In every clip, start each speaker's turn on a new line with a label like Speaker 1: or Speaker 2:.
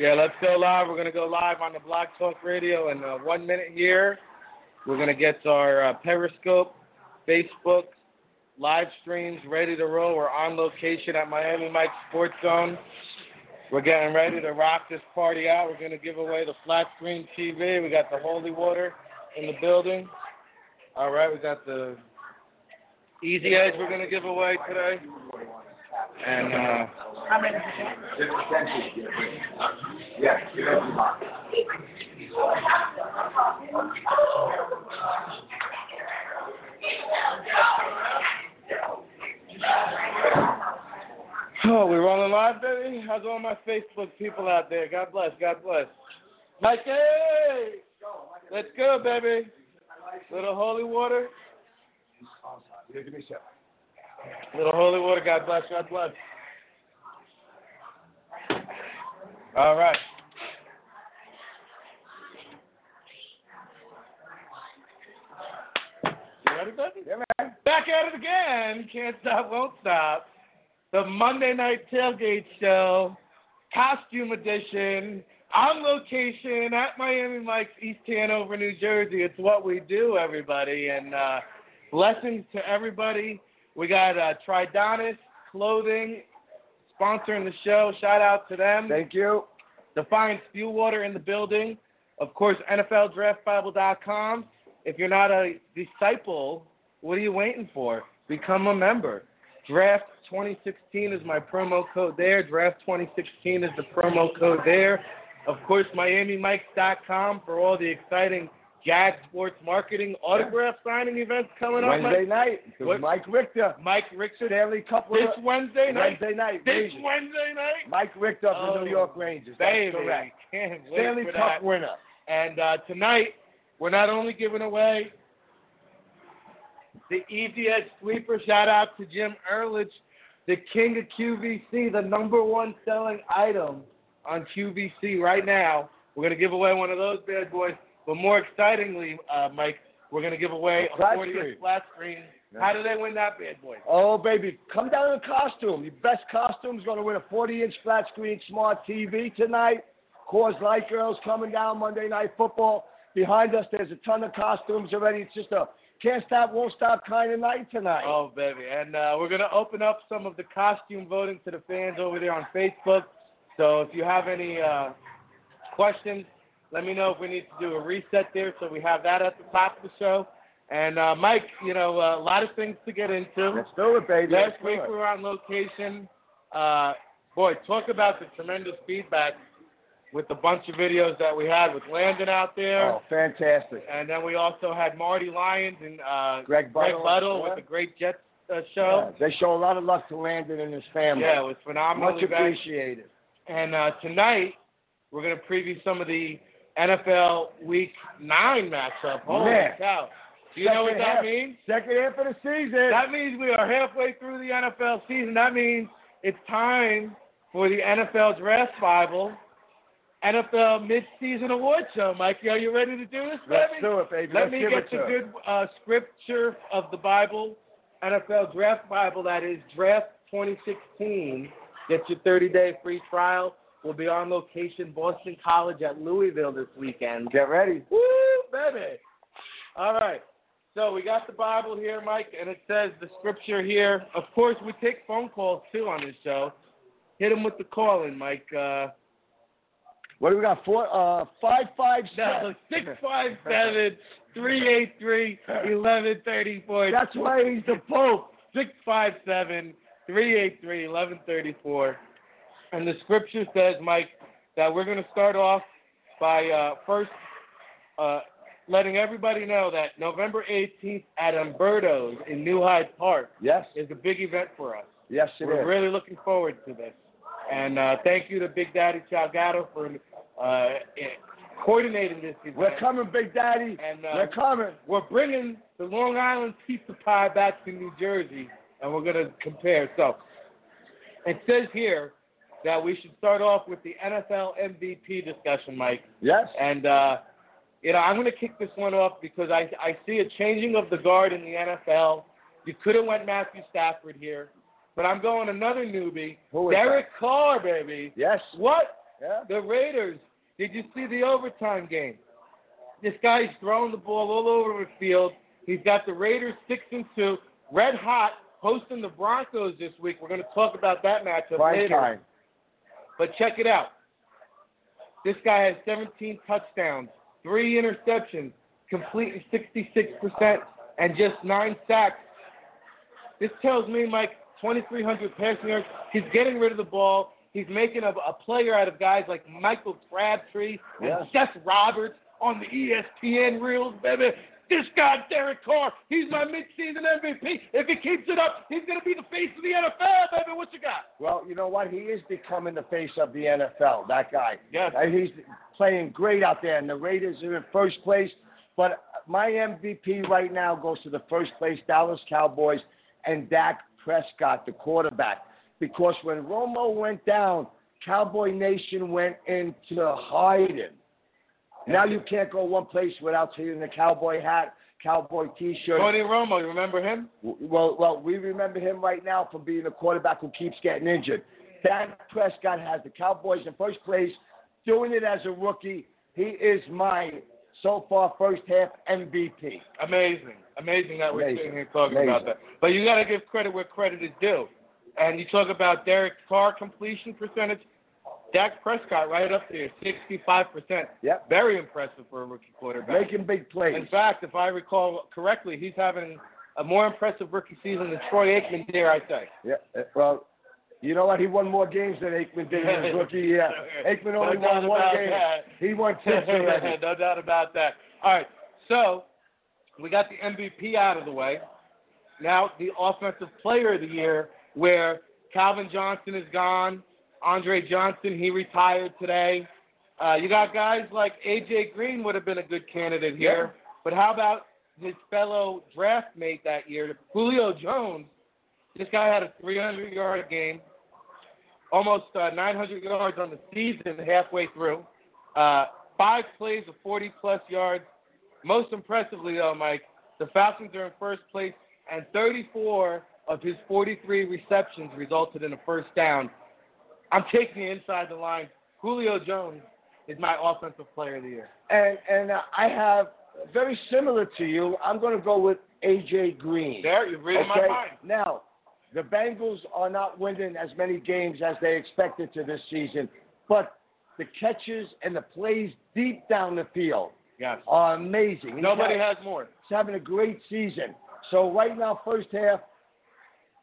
Speaker 1: Yeah, let's go live. We're gonna go live on the Block Talk Radio in uh, one minute here. We're gonna get our uh, Periscope, Facebook, live streams ready to roll. We're on location at Miami Mike's Sports Zone. We're getting ready to rock this party out. We're gonna give away the flat screen TV. We got the holy water in the building. All right, we got the Easy Edge. We're gonna give away today, and. Uh,
Speaker 2: How many percent?
Speaker 3: Yes, you're going
Speaker 1: Oh, we're rolling live, baby. How's all my Facebook people out there? God bless. God bless. Mikey, let's go, baby. Little holy water.
Speaker 3: Give me a sec.
Speaker 1: Little holy water. God bless. God bless. All right. You ready, baby?
Speaker 3: Yeah, man.
Speaker 1: Back at it again. Can't stop, won't stop. The Monday Night Tailgate Show, Costume Edition, on location at Miami Mike's East Hanover, New Jersey. It's what we do, everybody. And uh, blessings to everybody. We got uh, Tridonis Clothing sponsoring the show. Shout out to them.
Speaker 3: Thank you.
Speaker 1: Defiance Fuel Water in the building. Of course, NFLDraftBible.com. If you're not a disciple, what are you waiting for? Become a member. Draft 2016 is my promo code there. Draft 2016 is the promo code there. Of course, MiamiMikes.com for all the exciting Jag sports marketing autograph signing events coming up.
Speaker 3: Wednesday night,
Speaker 1: What?
Speaker 3: Mike Richter,
Speaker 1: Mike Richard,
Speaker 3: Stanley Cup
Speaker 1: this
Speaker 3: winner.
Speaker 1: Wednesday night.
Speaker 3: Wednesday night,
Speaker 1: This
Speaker 3: Rangers.
Speaker 1: Wednesday night.
Speaker 3: Mike Richter of the
Speaker 1: Oh,
Speaker 3: New York Rangers. That's
Speaker 1: Baby,
Speaker 3: correct.
Speaker 1: can't wait
Speaker 3: Stanley
Speaker 1: for that.
Speaker 3: Cup winner.
Speaker 1: And uh, tonight, we're not only giving away the Easy Edge Sweeper, shout out to Jim Erlich, the king of QVC, the number one selling item on QVC right now. We're going to give away one of those bad boys. But more excitingly, uh, Mike, we're going to give away a
Speaker 3: Flat
Speaker 1: 40
Speaker 3: screen.
Speaker 1: flat screen.
Speaker 3: Yeah.
Speaker 1: How do they win that bad boy?
Speaker 3: Oh, baby, come down in costume. Your best costume's going to win a 40 inch flat screen smart TV tonight. Coors Light Girls coming down Monday Night Football. Behind us, there's a ton of costumes already. It's just a can't stop, won't stop kind of night tonight.
Speaker 1: Oh, baby. And uh, we're going to open up some of the costume voting to the fans over there on Facebook. So if you have any uh, questions, let me know if we need to do a reset there. So we have that at the top of the show. And uh, Mike, you know, a lot of things to get into.
Speaker 3: Let's do it, baby.
Speaker 1: Last
Speaker 3: Let's do
Speaker 1: week
Speaker 3: it.
Speaker 1: we were on location. Uh, boy, talk about the tremendous feedback with the bunch of videos that we had with Landon out there.
Speaker 3: Oh, fantastic.
Speaker 1: And then we also had Marty Lyons and uh,
Speaker 3: Greg Buttle.
Speaker 1: with the Great Jets uh,
Speaker 3: Yeah,
Speaker 1: show.
Speaker 3: they show a lot of love to Landon and his family.
Speaker 1: Yeah, it was phenomenal.
Speaker 3: Much appreciated.
Speaker 1: And uh, tonight, we're going to preview some of the NFL Week 9 matchup. Holy
Speaker 3: Man.
Speaker 1: cow. Do you know what
Speaker 3: Second
Speaker 1: that
Speaker 3: half-
Speaker 1: means?
Speaker 3: Second half of the season.
Speaker 1: That means we are halfway through the NFL season. That means it's time for the NFL Draft Bible NFL Midseason Award Show. Mikey, are you ready to do this,
Speaker 3: Let's
Speaker 1: baby?
Speaker 3: do it, baby.
Speaker 1: Let
Speaker 3: Let's
Speaker 1: me
Speaker 3: give
Speaker 1: get
Speaker 3: it
Speaker 1: the
Speaker 3: to 'em.
Speaker 1: good uh, scripture of the Bible, NFL Draft Bible. That is Draft 2016. Get your 30-day free trial. We'll be on location, Boston College at Louisville this weekend.
Speaker 3: Get ready.
Speaker 1: Woo, baby! All right. So we got the Bible here, Mike, and it says the scripture here. Of course, we take phone calls too on this show. Hit them with the call in, Mike. Uh,
Speaker 3: What do we got? Four, uh, five, five,
Speaker 1: No, six
Speaker 3: seven.
Speaker 1: five seven three eight three eleven thirty four.
Speaker 3: That's why he's the Pope.
Speaker 1: Six five seven three eight three eleven thirty four. And the scripture says, Mike, that we're going to start off by uh, first uh, letting everybody know that November 18th at Umberto's in New Hyde Park
Speaker 3: Yes.
Speaker 1: is a big event for us.
Speaker 3: Yes, it is.
Speaker 1: We're really looking forward to this. And uh, thank you to Big Daddy Salgado for uh, coordinating this event.
Speaker 3: We're coming, Big Daddy.
Speaker 1: And uh,
Speaker 3: We're coming.
Speaker 1: we're bringing the Long Island pizza pie back to New Jersey, and we're going to compare. So it says here that we should start off with the NFL MVP discussion, Mike.
Speaker 3: Yes.
Speaker 1: And, uh, you know, I'm going to kick this one off because I, I see a changing of the guard in the NFL. You could have went Matthew Stafford here, but I'm going another newbie,
Speaker 3: Who is
Speaker 1: Derek Carr, baby.
Speaker 3: Yes.
Speaker 1: What
Speaker 3: Yeah.
Speaker 1: The Raiders. Did you see the overtime game? This guy's throwing the ball all over the field. He's got the Raiders six and two, red hot, hosting the Broncos this week. We're going to talk about that matchup
Speaker 3: Prime
Speaker 1: later.
Speaker 3: time.
Speaker 1: But check it out. This guy has 17 touchdowns, three interceptions, completing 66%, and just nine sacks. This tells me, Mike, 2,300 passing yards. He's getting rid of the ball. He's making a, a player out of guys like Michael Crabtree and
Speaker 3: Yes.
Speaker 1: Seth Roberts on the E ESPN reels, baby. This guy, Derek Carr, he's my midseason MVP. If he keeps it up, he's going to be the face of the NFL, baby. What you got?
Speaker 3: Well, you know what? He is becoming the face of the NFL. That guy.
Speaker 1: Yes.
Speaker 3: And Uh, he's playing great out there, and the Raiders are in first place. But my MVP right now goes to the first place Dallas Cowboys and Dak Prescott, the quarterback, because when Romo went down, Cowboy Nation went into hiding. Now you can't go one place without seeing the cowboy hat, cowboy T-shirt,
Speaker 1: Tony Romo, you remember him?
Speaker 3: well, well, we remember him right now from being a quarterback who keeps getting injured. Dak Prescott has the Cowboys in first place, doing it as a rookie. He is my so far first half MVP.
Speaker 1: Amazing. Amazing that we're
Speaker 3: Amazing.
Speaker 1: sitting here talking
Speaker 3: Amazing.
Speaker 1: about that. But you got to give credit where credit is due. And you talk about Derek Carr completion percentage. Dak Prescott right up there, 65%.
Speaker 3: Yep.
Speaker 1: Very impressive for a rookie quarterback.
Speaker 3: Making big plays.
Speaker 1: In fact, if I recall correctly, he's having a more impressive rookie season than Troy Aikman, dare I say.
Speaker 3: Yeah, uh, well, you know what? He won more games than Aikman did in his rookie year. Aikman
Speaker 1: No
Speaker 3: only
Speaker 1: doubt
Speaker 3: won one
Speaker 1: about
Speaker 3: game.
Speaker 1: that.
Speaker 3: He won six already.
Speaker 1: no doubt about that. All right, so we got the MVP out of the way. Now the Offensive Player of the Year, where Calvin Johnson is gone, Andre Johnson he retired today. Uh, you got guys like AJ Green would have been a good candidate here, but how about his fellow draft mate that year, Julio Jones? This guy had a 300 yard game, almost uh, 900 yards on the season halfway through uh, five plays of 40 plus yards. Most impressively, though, Mike, the Falcons are in first place, and 34 of his 43 receptions resulted in a first down. I'm taking it inside the line. Julio Jones is my offensive player of the year.
Speaker 3: And and uh, I have very similar to you. I'm going to go with AJ Green.
Speaker 1: There, you're reading my
Speaker 3: Okay,
Speaker 1: mind.
Speaker 3: Now, the Bengals are not winning as many games as they expected to this season, but the catches and the plays deep down the field
Speaker 1: Yes.
Speaker 3: are amazing. He's
Speaker 1: Nobody
Speaker 3: ha-
Speaker 1: has more.
Speaker 3: he's having a great season. So right now, first half,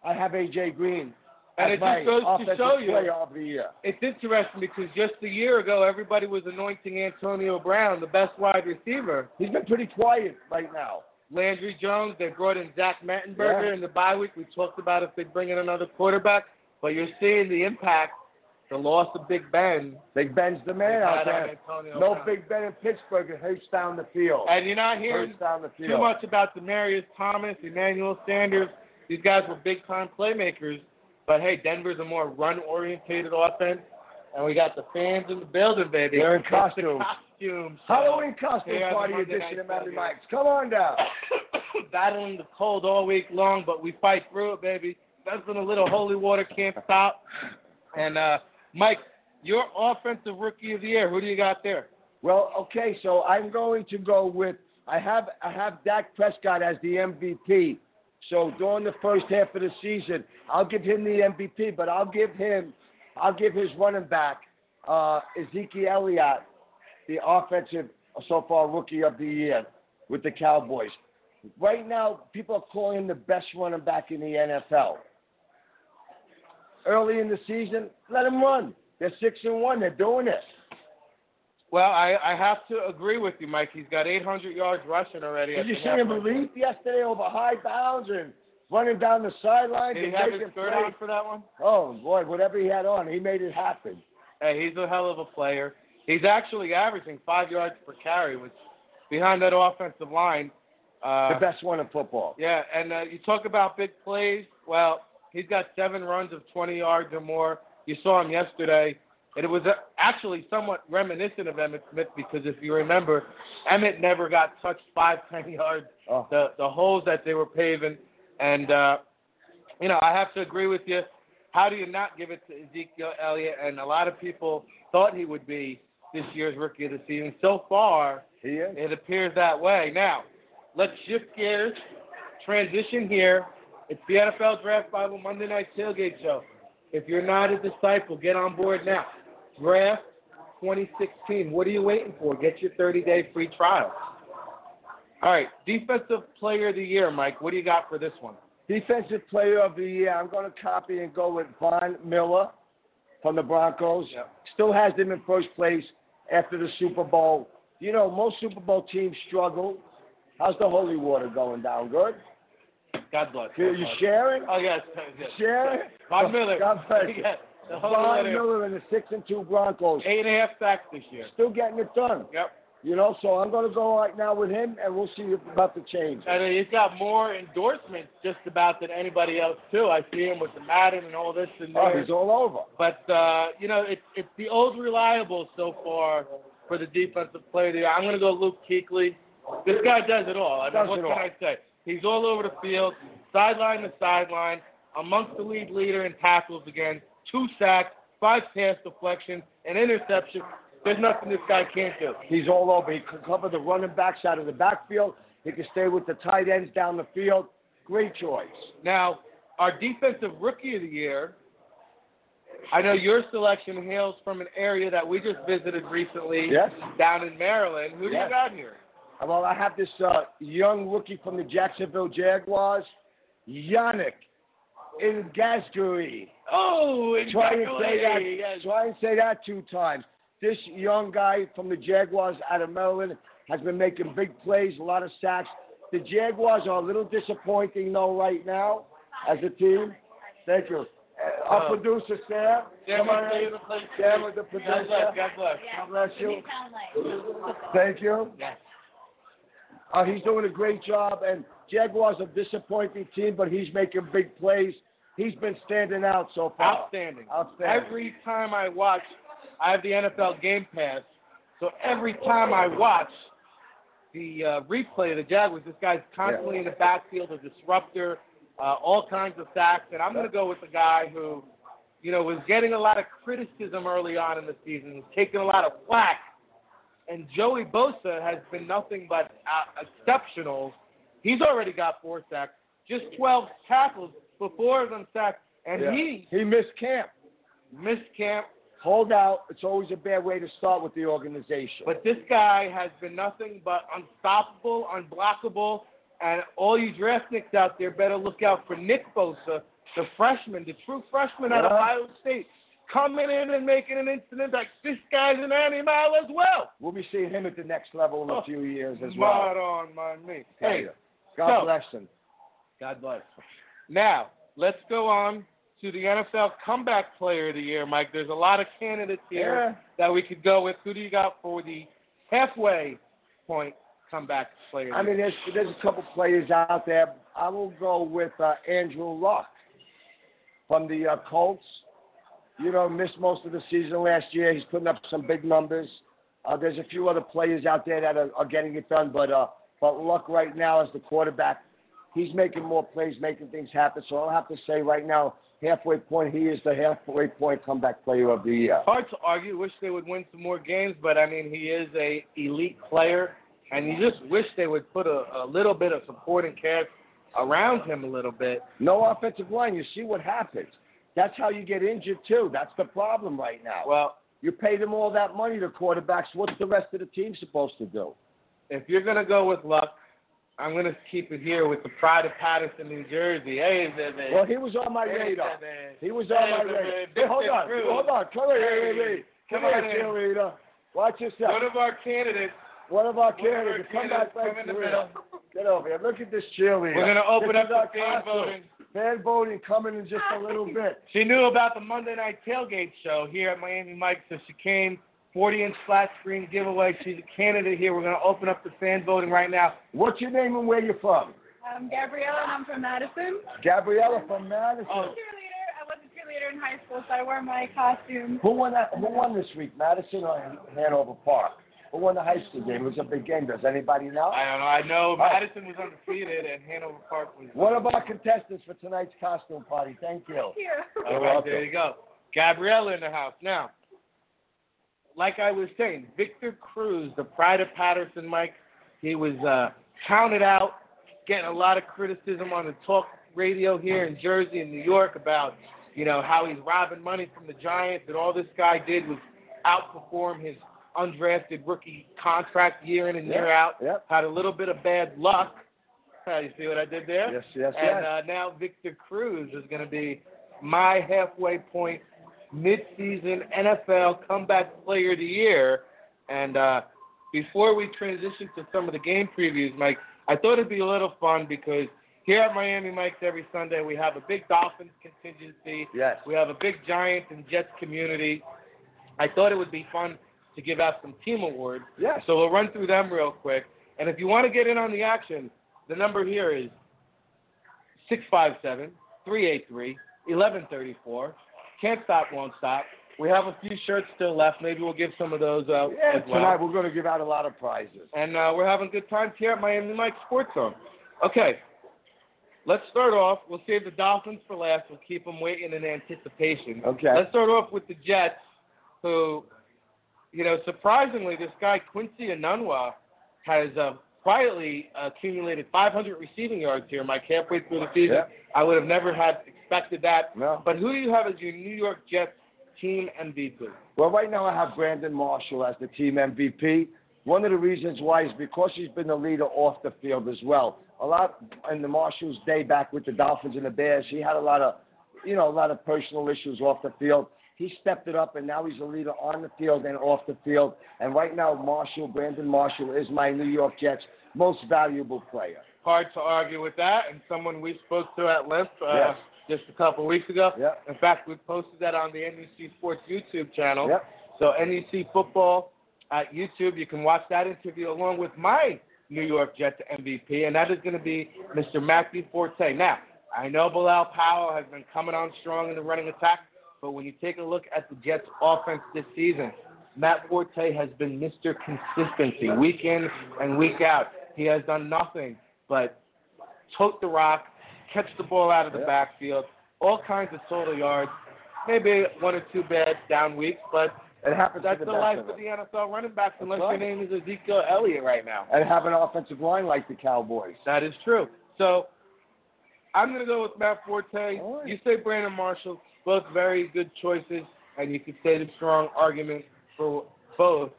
Speaker 3: I have AJ Green
Speaker 1: And
Speaker 3: as
Speaker 1: it just
Speaker 3: my
Speaker 1: goes to
Speaker 3: offensive
Speaker 1: show you-
Speaker 3: player of the year.
Speaker 1: It's interesting because just a year ago, everybody was anointing Antonio Brown the best wide receiver.
Speaker 3: He's been pretty quiet right now.
Speaker 1: Landry Jones. They brought in Zach Mettenberger
Speaker 3: Yeah.
Speaker 1: in the bye week. We talked about if they bring in another quarterback, but you're seeing the impact, the loss of Big Ben.
Speaker 3: Big Ben's the
Speaker 1: had
Speaker 3: man out
Speaker 1: on
Speaker 3: there.
Speaker 1: Antonio
Speaker 3: No
Speaker 1: Brown.
Speaker 3: Big Ben in Pittsburgh. It hurts down the field.
Speaker 1: And you're not hearing
Speaker 3: Hurts down the field.
Speaker 1: too much about Demarius Thomas, Emmanuel Sanders. These guys were big time playmakers, but hey, Denver's a more run orientated offense, and we got the fans in the building, baby.
Speaker 3: They're in
Speaker 1: It's the
Speaker 3: costumes.
Speaker 1: Costumes.
Speaker 3: Halloween costume
Speaker 1: Yeah, the
Speaker 3: party
Speaker 1: Monday
Speaker 3: edition
Speaker 1: Night
Speaker 3: of Matty
Speaker 1: Football.
Speaker 3: Mike's. Come on down.
Speaker 1: battling the cold all week long, but we fight through it, baby. That's when a little holy water can't stop. And uh, Mike, your offensive rookie of the year. Who do you got there?
Speaker 3: Well, okay, so I'm going to go with I have I have Dak Prescott as the MVP. So during the first half of the season, I'll give him the MVP, but I'll give him I'll give his running back uh, Ezekiel Elliott the offensive so far rookie of the year with the Cowboys. Right now, people are calling him the best running back in the NFL. Early in the season, let him run. They're six and one. They're doing it.
Speaker 1: Well, I, I have to agree with you, Mike. He's got 800 yards rushing already. at
Speaker 3: Did you
Speaker 1: the
Speaker 3: see him
Speaker 1: halfway
Speaker 3: leap yesterday over high bounds and running down the
Speaker 1: point.
Speaker 3: sidelines
Speaker 1: Did he
Speaker 3: and
Speaker 1: have
Speaker 3: making
Speaker 1: his shirt
Speaker 3: plays?
Speaker 1: on for that one?
Speaker 3: Oh boy, whatever he had on, he made it happen.
Speaker 1: Hey, he's a hell of a player. He's actually averaging five yards per carry, which behind that offensive line. Uh,
Speaker 3: The best one in football.
Speaker 1: Yeah, and uh, you talk about big plays. Well, he's got seven runs of 20 yards or more. You saw him yesterday, and it was uh, actually somewhat reminiscent of Emmett Smith because if you remember, Emmett never got touched five, ten yards.
Speaker 3: Oh.
Speaker 1: The the holes that they were paving, and uh, you know I have to agree with you. How do you not give it to Ezekiel Elliott? And a lot of people thought he would be this year's rookie of the season. So far,
Speaker 3: He is.
Speaker 1: it appears that way. Now, let's shift gears, transition here. It's the NFL Draft Bible Monday Night Tailgate Show. If you're not a disciple, get on board now. Draft 2016. What are you waiting for? Get your 30 day free trial. All right, Defensive Player of the Year, Mike. What do you got for this one?
Speaker 3: Defensive player of the year, I'm going to copy and go with Von Miller from the Broncos.
Speaker 1: Yep.
Speaker 3: Still has them in first place after the Super Bowl. You know, most Super Bowl teams struggle. How's the holy water going down? Good?
Speaker 1: God bless.
Speaker 3: You, you sharing?
Speaker 1: Oh, yes. yes.
Speaker 3: Sharing?
Speaker 1: Von Miller.
Speaker 3: God bless you.
Speaker 1: Yes, The whole
Speaker 3: Von
Speaker 1: letter.
Speaker 3: Miller and the 6 and 2 Broncos.
Speaker 1: Eight and a half sacks this year.
Speaker 3: Still getting it done.
Speaker 1: Yep.
Speaker 3: You know, so I'm going to go right now with him, and we'll see about the change.
Speaker 1: I mean, he's got more endorsements just about than anybody else too. I see him with the Madden and all this and
Speaker 3: Oh,
Speaker 1: that.
Speaker 3: he's all over.
Speaker 1: But uh, you know, it's it's the old reliable so far for the defensive player. of the year. I'm gonna go Luke Kuechly. This guy does it all. I mean,
Speaker 3: Does
Speaker 1: what
Speaker 3: it
Speaker 1: can
Speaker 3: all.
Speaker 1: I say? He's all over the field, sideline to sideline, amongst the lead leader in tackles again, two sacks, five pass deflections, an interception. There's nothing this guy can't do.
Speaker 3: He's all over. He can cover the running backs out of the backfield. He can stay with the tight ends down the field. Great choice.
Speaker 1: Now, our defensive rookie of the year, I know your selection hails from an area that we just visited recently
Speaker 3: Yes.
Speaker 1: down in Maryland. Who do
Speaker 3: Yes.
Speaker 1: you got here?
Speaker 3: Well, I have this uh, young rookie from the Jacksonville Jaguars, Yannick Ngazguri.
Speaker 1: Oh,
Speaker 3: Try and say that.
Speaker 1: exactly. Yes.
Speaker 3: Try and say that two times. This young guy from the Jaguars out of Maryland has been making big plays, a lot of sacks. The Jaguars are a little disappointing though right now as a team. Thank you. Uh, our
Speaker 1: Oh.
Speaker 3: producer Sam.
Speaker 1: Sam,
Speaker 3: come on in.
Speaker 1: the place.
Speaker 3: Sam is the
Speaker 1: God
Speaker 3: producer.
Speaker 1: bless. God bless.
Speaker 3: God bless you.
Speaker 2: It sound like.
Speaker 3: Thank you.
Speaker 1: Yes.
Speaker 3: Uh, he's doing a great job, and Jaguars a disappointing team, but he's making big plays. He's been standing out so far.
Speaker 1: Outstanding.
Speaker 3: Outstanding.
Speaker 1: Every time I watch, I have the NFL Game Pass, so every time I watch the uh, replay of the Jaguars, this guy's constantly in the backfield, a disruptor, uh, all kinds of sacks, and I'm going to go with the guy who, you know, was getting a lot of criticism early on in the season, was taking a lot of flack, and Joey Bosa has been nothing but uh, exceptional. He's already got four sacks, just 12 tackles before them sacks, and
Speaker 3: Yeah.
Speaker 1: he
Speaker 3: he missed camp.
Speaker 1: missed camp.
Speaker 3: Hold out. It's always a bad way to start with the organization.
Speaker 1: But this guy has been nothing but unstoppable, unblockable, and all you draftniks out there better look out for Nick Bosa, the freshman, the true freshman out of
Speaker 3: Yeah.
Speaker 1: Ohio State, coming in and making an instant impact. This guy's an animal as well.
Speaker 3: we'll be seeing him at the next level in a few years as well.
Speaker 1: Right on, my me.
Speaker 3: Tell
Speaker 1: Oh. Hey,
Speaker 3: you. God
Speaker 1: so-
Speaker 3: bless him.
Speaker 1: God bless. Now, let's go on to the NFL Comeback Player of the Year, Mike. There's a lot of candidates here
Speaker 3: Yeah.
Speaker 1: that we could go with. Who do you got for the halfway point comeback player? of
Speaker 3: I
Speaker 1: the
Speaker 3: mean, there's there's a couple players out there. I will go with uh, Andrew Luck from the uh, Colts. You know, missed most of the season last year. He's putting up some big numbers. Uh, there's a few other players out there that are, are getting it done, but uh, but Luck right now as the quarterback, he's making more plays, making things happen. So I'll have to say right now, halfway point, he is the halfway point comeback player of the year.
Speaker 1: hard to argue. Wish they would win some more games, but I mean, he is a elite player, and you just wish they would put a, a little bit of supporting cast around him a little bit.
Speaker 3: No offensive line. You see what happens. That's how you get injured too. That's the problem right now.
Speaker 1: Well,
Speaker 3: You pay them all that money, the quarterbacks. What's the rest of the team supposed to do?
Speaker 1: if you're gonna go with luck, I'm gonna keep it here with the pride of Patterson, New Jersey. Hey, baby.
Speaker 3: Well, he was on my
Speaker 1: Hey,
Speaker 3: radar.
Speaker 1: baby.
Speaker 3: He was
Speaker 1: Hey,
Speaker 3: on my
Speaker 1: baby.
Speaker 3: radar. Hey,
Speaker 1: Big
Speaker 3: hold
Speaker 1: Dick
Speaker 3: on,
Speaker 1: Crew.
Speaker 3: hold on. Come here,
Speaker 1: Hey,
Speaker 3: hey, hey. Come,
Speaker 1: come on
Speaker 3: here,
Speaker 1: in.
Speaker 3: cheerleader. Watch yourself.
Speaker 1: One of our candidates.
Speaker 3: One of our
Speaker 1: one of our
Speaker 3: candidates. Come back,
Speaker 1: candidates,
Speaker 3: back
Speaker 1: come in the
Speaker 3: to
Speaker 1: middle.
Speaker 3: Get over here. Look at this cheerleader.
Speaker 1: We're gonna open
Speaker 3: This
Speaker 1: up
Speaker 3: is our
Speaker 1: the fan
Speaker 3: costume.
Speaker 1: voting.
Speaker 3: Fan voting coming in just a little bit.
Speaker 1: She knew about the Monday Night Tailgate show here at Miami Mike, so she came. 40 inch flat screen giveaway. She's a candidate here. We're going to open up the fan voting right now.
Speaker 3: What's your name and where you from?
Speaker 2: I'm Gabriella and I'm from Madison.
Speaker 3: Gabriella from Madison.
Speaker 2: I'm
Speaker 1: Oh.
Speaker 2: a cheerleader. I was a cheerleader in high school, so I wear my costume.
Speaker 3: Who won that? Who won this week? Madison or Han- Hanover Park? Who won the high school game? It was a big game. Does anybody know?
Speaker 1: I don't know. I know
Speaker 3: Hi.
Speaker 1: Madison was undefeated and Hanover Park was.
Speaker 3: One of our contestants for tonight's costume party. Thank you.
Speaker 2: Here.
Speaker 1: All right, Oh, there you go. Gabriella in the house. Now, like I was saying, Victor Cruz, the pride of Patterson, Mike, he was uh, counted out, getting a lot of criticism on the talk radio here in Jersey and New York about, you know, how he's robbing money from the Giants and all this guy did was outperform his undrafted rookie contract year in and year out.
Speaker 3: Yep.
Speaker 1: Had a little bit of bad luck. Uh, you see what I did there?
Speaker 3: Yes, yes, yes.
Speaker 1: And uh, now Victor Cruz is going to be my halfway point midseason NFL comeback player of the year. And uh, before we transition to some of the game previews, Mike, I thought it'd be a little fun because here at Miami Mike's every Sunday we have a big Dolphins contingency.
Speaker 3: Yes.
Speaker 1: We have a big Giants and Jets community. I thought it would be fun to give out some team awards.
Speaker 3: Yes.
Speaker 1: So we'll run through them real quick. And if you want to get in on the action, the number here is 657 383 1134. Can't stop, won't stop. We have a few shirts still left. Maybe we'll give some of those out
Speaker 3: Yeah,
Speaker 1: as well.
Speaker 3: tonight we're going to give out a lot of prizes.
Speaker 1: And uh, we're having good times here at Miami Mike Sports Zone. Okay, let's start off. We'll save the Dolphins for last. We'll keep them waiting in anticipation.
Speaker 3: Okay.
Speaker 1: Let's start off with the Jets, who, you know, surprisingly, this guy Quincy Anunwa has uh, quietly accumulated 500 receiving yards here, Mike, halfway through the season.
Speaker 3: Yeah.
Speaker 1: I would have never had expected that.
Speaker 3: No.
Speaker 1: But who do you have as your New York Jets team MVP?
Speaker 3: Well, right now I have Brandon Marshall as the team MVP. One of the reasons why is because he's been the leader off the field as well. A lot in the Marshall's day back with the Dolphins and the Bears, he had a lot of, you know, a lot of personal issues off the field. He stepped it up, and now he's a leader on the field and off the field. And right now, Marshall, Brandon Marshall, is my New York Jets most valuable player.
Speaker 1: hard to argue with that, and someone we spoke to at length uh,
Speaker 3: Yes.
Speaker 1: just a couple weeks ago.
Speaker 3: Yep.
Speaker 1: In fact, we posted that on the NUC Sports YouTube channel.
Speaker 3: Yep.
Speaker 1: So NUC Football at YouTube, you can watch that interview along with my New York Jets MVP, and that is going to be Mr. Matthew Forte. Now, I know Bilal Powell has been coming on strong in the running attack, but when you take a look at the Jets' offense this season, Matt Forte has been Mr. Consistency week in and week out. He has done nothing but tote the rock, catch the ball out of the
Speaker 3: Yeah.
Speaker 1: backfield, all kinds of total yards, maybe one or two bad down weeks, but
Speaker 3: It happens
Speaker 1: that's
Speaker 3: to
Speaker 1: the
Speaker 3: the,
Speaker 1: life
Speaker 3: best
Speaker 1: of
Speaker 3: of
Speaker 1: the NFL running backs unless your
Speaker 3: right.
Speaker 1: name is Ezekiel Elliott right now.
Speaker 3: And have an offensive line like the Cowboys.
Speaker 1: That is true. So I'm going to go with Matt Forte.
Speaker 3: All right.
Speaker 1: You say Brandon Marshall, both very good choices, and you could say the strong argument for both.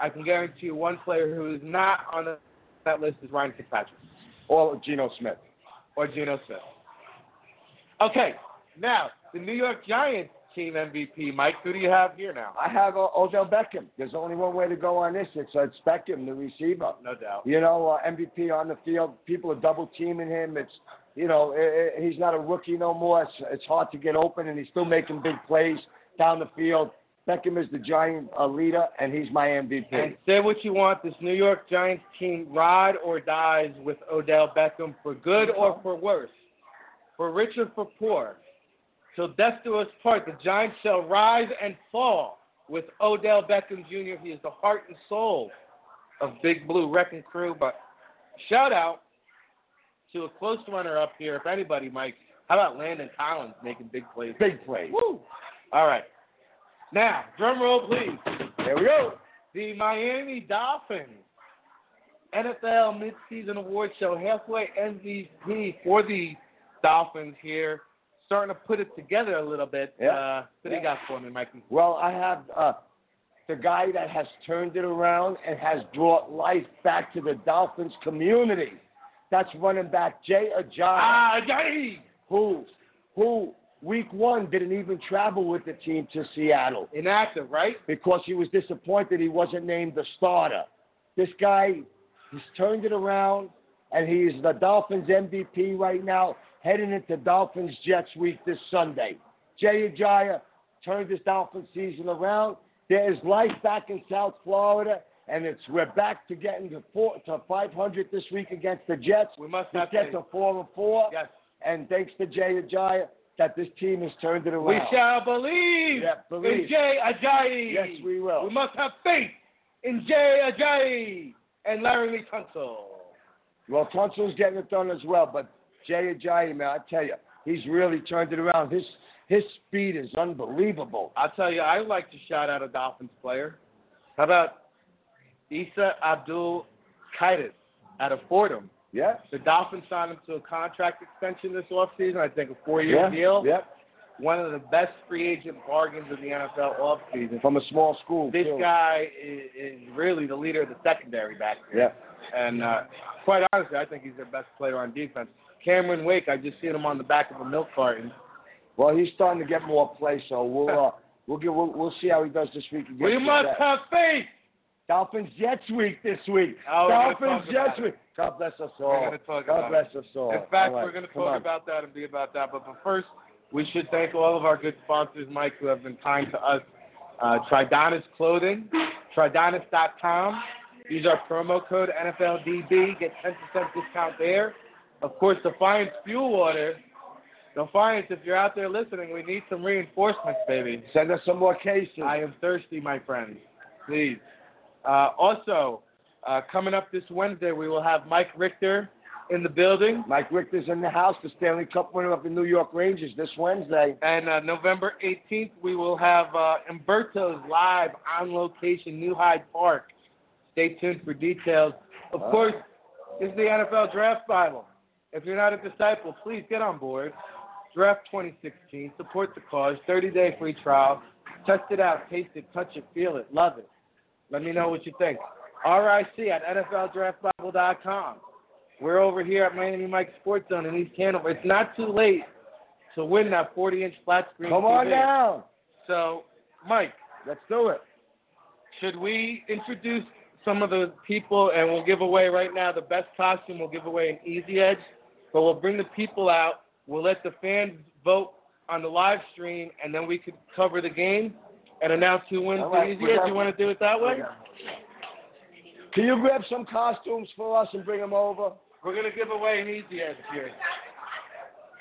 Speaker 1: I can guarantee you one player who is not on the, that list is Ryan Fitzpatrick.
Speaker 3: Or Geno Smith.
Speaker 1: or Geno Smith. Okay, now the New York Giants team MVP, Mike. Who do you have here now?
Speaker 3: I have uh, Odell Beckham. There's only one way to go on this. It's, uh, it's Beckham, the receiver.
Speaker 1: No doubt.
Speaker 3: You know, uh, MVP on the field. People are double teaming him. It's, you know, i i he's not a rookie no more. It's, it's hard to get open, and he's still making big plays down the field. Beckham is the giant uh, leader, and he's my MVP.
Speaker 1: And say what you want, this New York Giants team ride or dies with Odell Beckham for good or for worse, for rich or for poor. Till death do us part, the Giants shall rise and fall with Odell Beckham Jr. He is the heart and soul of Big Blue Wrecking Crew. But shout out to a close runner up here, if anybody, Mike. How about Landon Collins making big plays?
Speaker 3: big plays.
Speaker 1: Woo! All right. Now, drum roll, please.
Speaker 3: There we go.
Speaker 1: The Miami Dolphins NFL Midseason Award Show halfway MVP for the Dolphins here. Starting to put it together a little bit.
Speaker 3: Yeah.
Speaker 1: Uh, what do you
Speaker 3: Yeah.
Speaker 1: got for me, Mike?
Speaker 3: Well, I have uh, the guy that has turned it around and has brought life back to the Dolphins community. That's running back Jay Ajayi.
Speaker 1: Ah, yay!
Speaker 3: who who week one didn't even travel with the team to Seattle
Speaker 1: Inactive, right?
Speaker 3: because he was disappointed he wasn't named the starter. This guy he's turned it around and he is the Dolphins MVP right now, heading into Dolphins Jets week this Sunday. Jay Ajayi turned his Dolphins season around. There is life back in South Florida, and it's we're back to getting to four to 500 this week against the Jets.
Speaker 1: We must
Speaker 3: The
Speaker 1: have
Speaker 3: Jets
Speaker 1: faith.
Speaker 3: are four and four
Speaker 1: Yes.
Speaker 3: and thanks to Jay Ajayi that this team has turned it around.
Speaker 1: We shall believe,
Speaker 3: Yeah, believe.
Speaker 1: in Jay Ajayi.
Speaker 3: Yes, we will.
Speaker 1: We must have faith and Jerry Ajayi and Larry Lee Tunsil.
Speaker 3: Well, Tunsil's getting it done as well, but Jay Ajayi, man, I tell you, he's really turned it around. His his speed is unbelievable.
Speaker 1: I'll tell you, I like to shout out a Dolphins player. How about Issa Abdul Kaitis out of Fordham?
Speaker 3: Yeah.
Speaker 1: The Dolphins signed him to a contract extension this offseason, I think a four year
Speaker 3: Yeah.
Speaker 1: deal.
Speaker 3: Yeah.
Speaker 1: One of the best free agent bargains of the NFL offseason.
Speaker 3: From a small school.
Speaker 1: This
Speaker 3: too.
Speaker 1: guy is, is really the leader of the secondary back there.
Speaker 3: Yeah.
Speaker 1: And uh, quite honestly, I think he's their best player on defense. Cameron Wake, I just seen him on the back of a milk carton.
Speaker 3: Well, he's starting to get more play, so we'll uh, we'll, get, we'll we'll see how he does this week against
Speaker 1: We
Speaker 3: the
Speaker 1: must
Speaker 3: Jets.
Speaker 1: have faith.
Speaker 3: Dolphins Jets week this week.
Speaker 1: Oh, we're gonna
Speaker 3: Dolphins
Speaker 1: talk about
Speaker 3: Jets
Speaker 1: it.
Speaker 3: week. God bless us all.
Speaker 1: We're gonna talk
Speaker 3: God
Speaker 1: about
Speaker 3: bless us all.
Speaker 1: In fact,
Speaker 3: All right,
Speaker 1: we're going to
Speaker 3: come
Speaker 1: talk
Speaker 3: on.
Speaker 1: about that and be about that. But, but first, we should thank all of our good sponsors, Mike, who have been kind to us. Uh, Tridonis Clothing, Tridonis.com. Use our promo code NFLDB. Get 10% discount there. Of course, Defiance Fuel Water. Defiance, if you're out there listening, we need some reinforcements, baby.
Speaker 3: Send us some more cases.
Speaker 1: I am thirsty, my friends. Please. Uh, also, uh, coming up this Wednesday, we will have Mike Richter in the building.
Speaker 3: Mike Richter's in the house, the Stanley Cup winner of the New York Rangers this Wednesday.
Speaker 1: And uh, November 18th, we will have uh, Umberto's live on location, New Hyde Park. Stay tuned for details. Of
Speaker 3: Wow.
Speaker 1: course, this is the NFL Draft Bible. If you're not a disciple, please get on board. Draft 2016. Support the cause. 30-day free trial. Test it out. Taste it. Touch it. Feel it. Love it. Let me know what you think. RIC at NFLDraftBible.com. We're over here at Miami Mike Sports Zone in East Hanover. It's not too late to win that 40-inch flat screen
Speaker 3: Come on
Speaker 1: TV.
Speaker 3: down.
Speaker 1: So, Mike,
Speaker 3: Let's do it.
Speaker 1: should we introduce some of the people and we'll give away right now the best costume? We'll give away an Easy Edge, but we'll bring the people out. We'll let the fans vote on the live stream, and then we could cover the game and announce who wins
Speaker 3: All right,
Speaker 1: the Easy
Speaker 3: we
Speaker 1: Edge.
Speaker 3: got
Speaker 1: You
Speaker 3: you.
Speaker 1: want to do it that way?
Speaker 3: Can you grab some costumes for us and bring them over?
Speaker 1: We're gonna give away an Easy Edge here.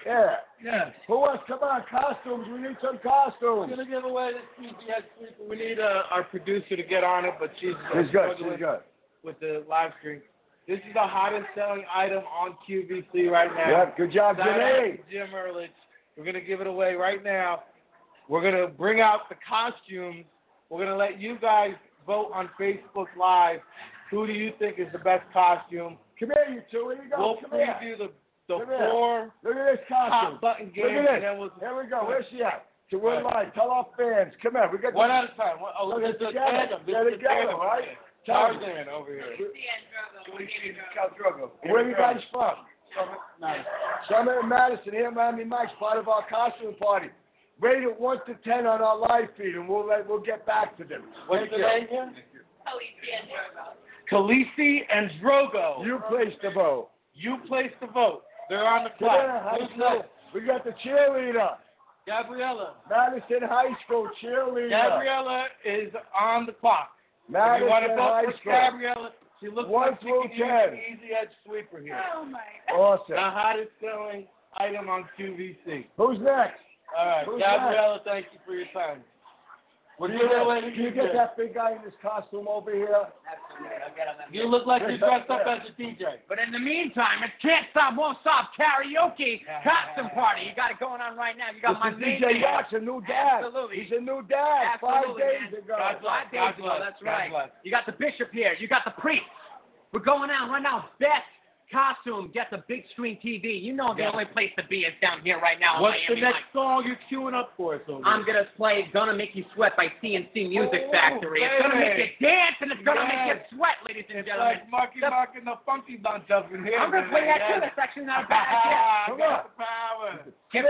Speaker 3: Yeah.
Speaker 1: Yes.
Speaker 3: Who wants? Come on, costumes. We need some
Speaker 1: We're
Speaker 3: costumes.
Speaker 1: gonna give away this Easy Edge. sweep. We need uh, our producer to get on it, but she's
Speaker 3: She's good.
Speaker 1: struggling.
Speaker 3: She's good.
Speaker 1: with the live stream. This is the hottest selling item on QVC right now.
Speaker 3: Yep. Good job,
Speaker 1: Shout out
Speaker 3: Janae.
Speaker 1: to Jim Ehrlich. We're gonna give it away right now. We're gonna bring out the costumes. We're gonna let you guys vote on Facebook Live. Who do you think is the best costume?
Speaker 3: Come here, you two. Here you go.
Speaker 1: We'll
Speaker 3: Come here.
Speaker 1: preview the the
Speaker 3: Come here.
Speaker 1: four
Speaker 3: Look at this
Speaker 1: hot
Speaker 3: costume.
Speaker 1: button
Speaker 3: Look
Speaker 1: games,
Speaker 3: at
Speaker 1: and
Speaker 3: this.
Speaker 1: then we'll
Speaker 3: Here we go. Where's she at? So we're live. Tell our fans. Come here. We got
Speaker 1: one
Speaker 3: the
Speaker 1: at a time. One- Oh,
Speaker 3: Look
Speaker 1: this
Speaker 3: at
Speaker 1: is a
Speaker 3: together.
Speaker 1: tandem. This
Speaker 3: They're
Speaker 1: is a
Speaker 3: together,
Speaker 1: tandem.
Speaker 3: right?
Speaker 1: Tarzan over here.
Speaker 3: Where you guys from? Summit and Madison here, at Miami Mike's part of our costume party. Rate it one to ten on our live feed, and we'll let, we'll get back to them.
Speaker 1: What's
Speaker 3: Thank
Speaker 1: the
Speaker 3: you.
Speaker 1: name again?
Speaker 2: Khaleesi and Drogo.
Speaker 1: Khaleesi and Drogo.
Speaker 3: You placed the vote.
Speaker 1: You place the vote. They're on the
Speaker 3: Come
Speaker 1: clock.
Speaker 3: on, high
Speaker 1: Who's
Speaker 3: school.
Speaker 1: next?
Speaker 3: We got the cheerleader,
Speaker 1: Gabriella.
Speaker 3: Madison High School cheerleader.
Speaker 1: Gabriella is on the clock. if you
Speaker 3: Madison
Speaker 1: want to
Speaker 3: High
Speaker 1: vote for
Speaker 3: School.
Speaker 1: Gabriella, she looks
Speaker 3: One
Speaker 1: like she
Speaker 3: through
Speaker 1: could use an
Speaker 3: ten.
Speaker 1: easy edge sweeper here.
Speaker 2: Oh my.
Speaker 1: The
Speaker 3: Awesome.
Speaker 1: hottest selling item on QVC.
Speaker 3: Who's next?
Speaker 1: All right,
Speaker 3: Who's
Speaker 1: Gabriella, thank you for your time. We're
Speaker 3: Can you
Speaker 1: giving
Speaker 3: get-
Speaker 1: away
Speaker 3: can you get that big guy in his costume over here?
Speaker 1: You look like you dressed up as a DJ.
Speaker 4: But in the meantime, it's Can't Stop, Won't Stop Karaoke Costume Party. You got it going on right now. You got
Speaker 3: This
Speaker 4: my
Speaker 3: is
Speaker 4: main
Speaker 3: DJ
Speaker 4: man.
Speaker 3: Watts, a new dad.
Speaker 4: Absolutely.
Speaker 3: He's a new dad.
Speaker 4: Absolutely,
Speaker 3: Five
Speaker 4: man.
Speaker 3: days ago.
Speaker 1: God bless.
Speaker 4: Five days ago,
Speaker 1: bless.
Speaker 4: that's
Speaker 1: God
Speaker 4: right.
Speaker 1: bless.
Speaker 4: You got the bishop here. You got the priest. We're going out right now. Best costume. Get the big screen TV. You know the
Speaker 1: Yeah.
Speaker 4: only place to be is down here right now. in
Speaker 1: What's the
Speaker 4: Miami,
Speaker 1: next
Speaker 4: Mike.
Speaker 1: song you're queuing up for us over
Speaker 4: I'm
Speaker 1: here?
Speaker 4: gonna play "Gonna Make You Sweat" by CNC Music
Speaker 1: Oh,
Speaker 4: Factory. It's gonna
Speaker 1: baby.
Speaker 4: make you dance and it's gonna make
Speaker 1: Yes.
Speaker 4: you sweat, ladies and
Speaker 1: It's
Speaker 4: gentlemen.
Speaker 1: like Marky
Speaker 4: The-
Speaker 1: Mark and the Funky Bunch up in here.
Speaker 4: I'm gonna play that too. That's actually not a bad idea.
Speaker 1: Come
Speaker 3: Come
Speaker 1: on.
Speaker 3: on.
Speaker 1: power.
Speaker 3: Come here.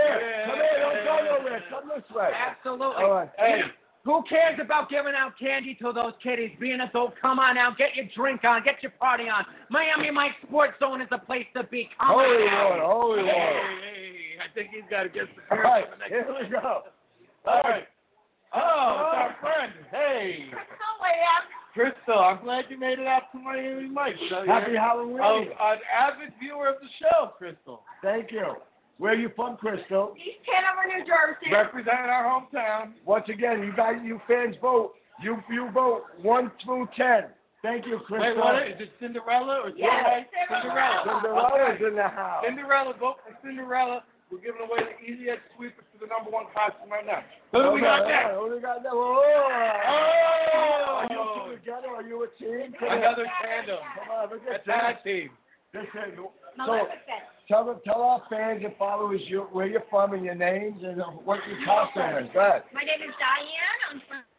Speaker 3: Come here. Don't go nowhere. Come this way.
Speaker 4: Absolutely.
Speaker 3: All right.
Speaker 1: Hey,
Speaker 4: Who cares about giving out candy to those kiddies? Be an adult. Come on out. Get your drink on. Get your party on. Miami Mike Sports Zone is a place to be. Come
Speaker 3: Holy
Speaker 4: on out.
Speaker 3: Lord. Holy
Speaker 1: hey,
Speaker 3: Lord.
Speaker 1: hey, I think he's got to get
Speaker 3: All
Speaker 1: some
Speaker 3: right. Here we go.
Speaker 1: All right. Oh, it's our friend. Hey,
Speaker 2: Crystal Lamb.
Speaker 1: Crystal, I'm glad you made it out to Miami Mike. So you're
Speaker 3: Happy Halloween.
Speaker 1: a- an avid viewer of the show, Crystal.
Speaker 3: Thank you. Where are you from, Crystal?
Speaker 2: East Hanover, New Jersey.
Speaker 1: Representing our hometown.
Speaker 3: Once again, you guys, you fans vote You you vote one through ten. Thank you, Chris.
Speaker 1: Wait, what? Is it Cinderella or
Speaker 2: Yes,
Speaker 1: Cinderella?
Speaker 3: Cinderella's
Speaker 1: Okay.
Speaker 3: in the house.
Speaker 1: Cinderella, vote for Cinderella. We're giving away the easiest sweeper to the number one costume right now. Who do we got next?
Speaker 3: Who do we got next? Oh! Are you
Speaker 1: Oh!
Speaker 3: two together? Are you a team? Come on.
Speaker 1: Another tandem.
Speaker 3: Come on, look
Speaker 1: A
Speaker 3: at
Speaker 1: tag
Speaker 3: that.
Speaker 1: team.
Speaker 3: This is, so
Speaker 2: Maleficent.
Speaker 3: tell them, tell our fans and followers you, where you're from and your names and what your costume is. Go ahead.
Speaker 2: My name is Diane. I'm from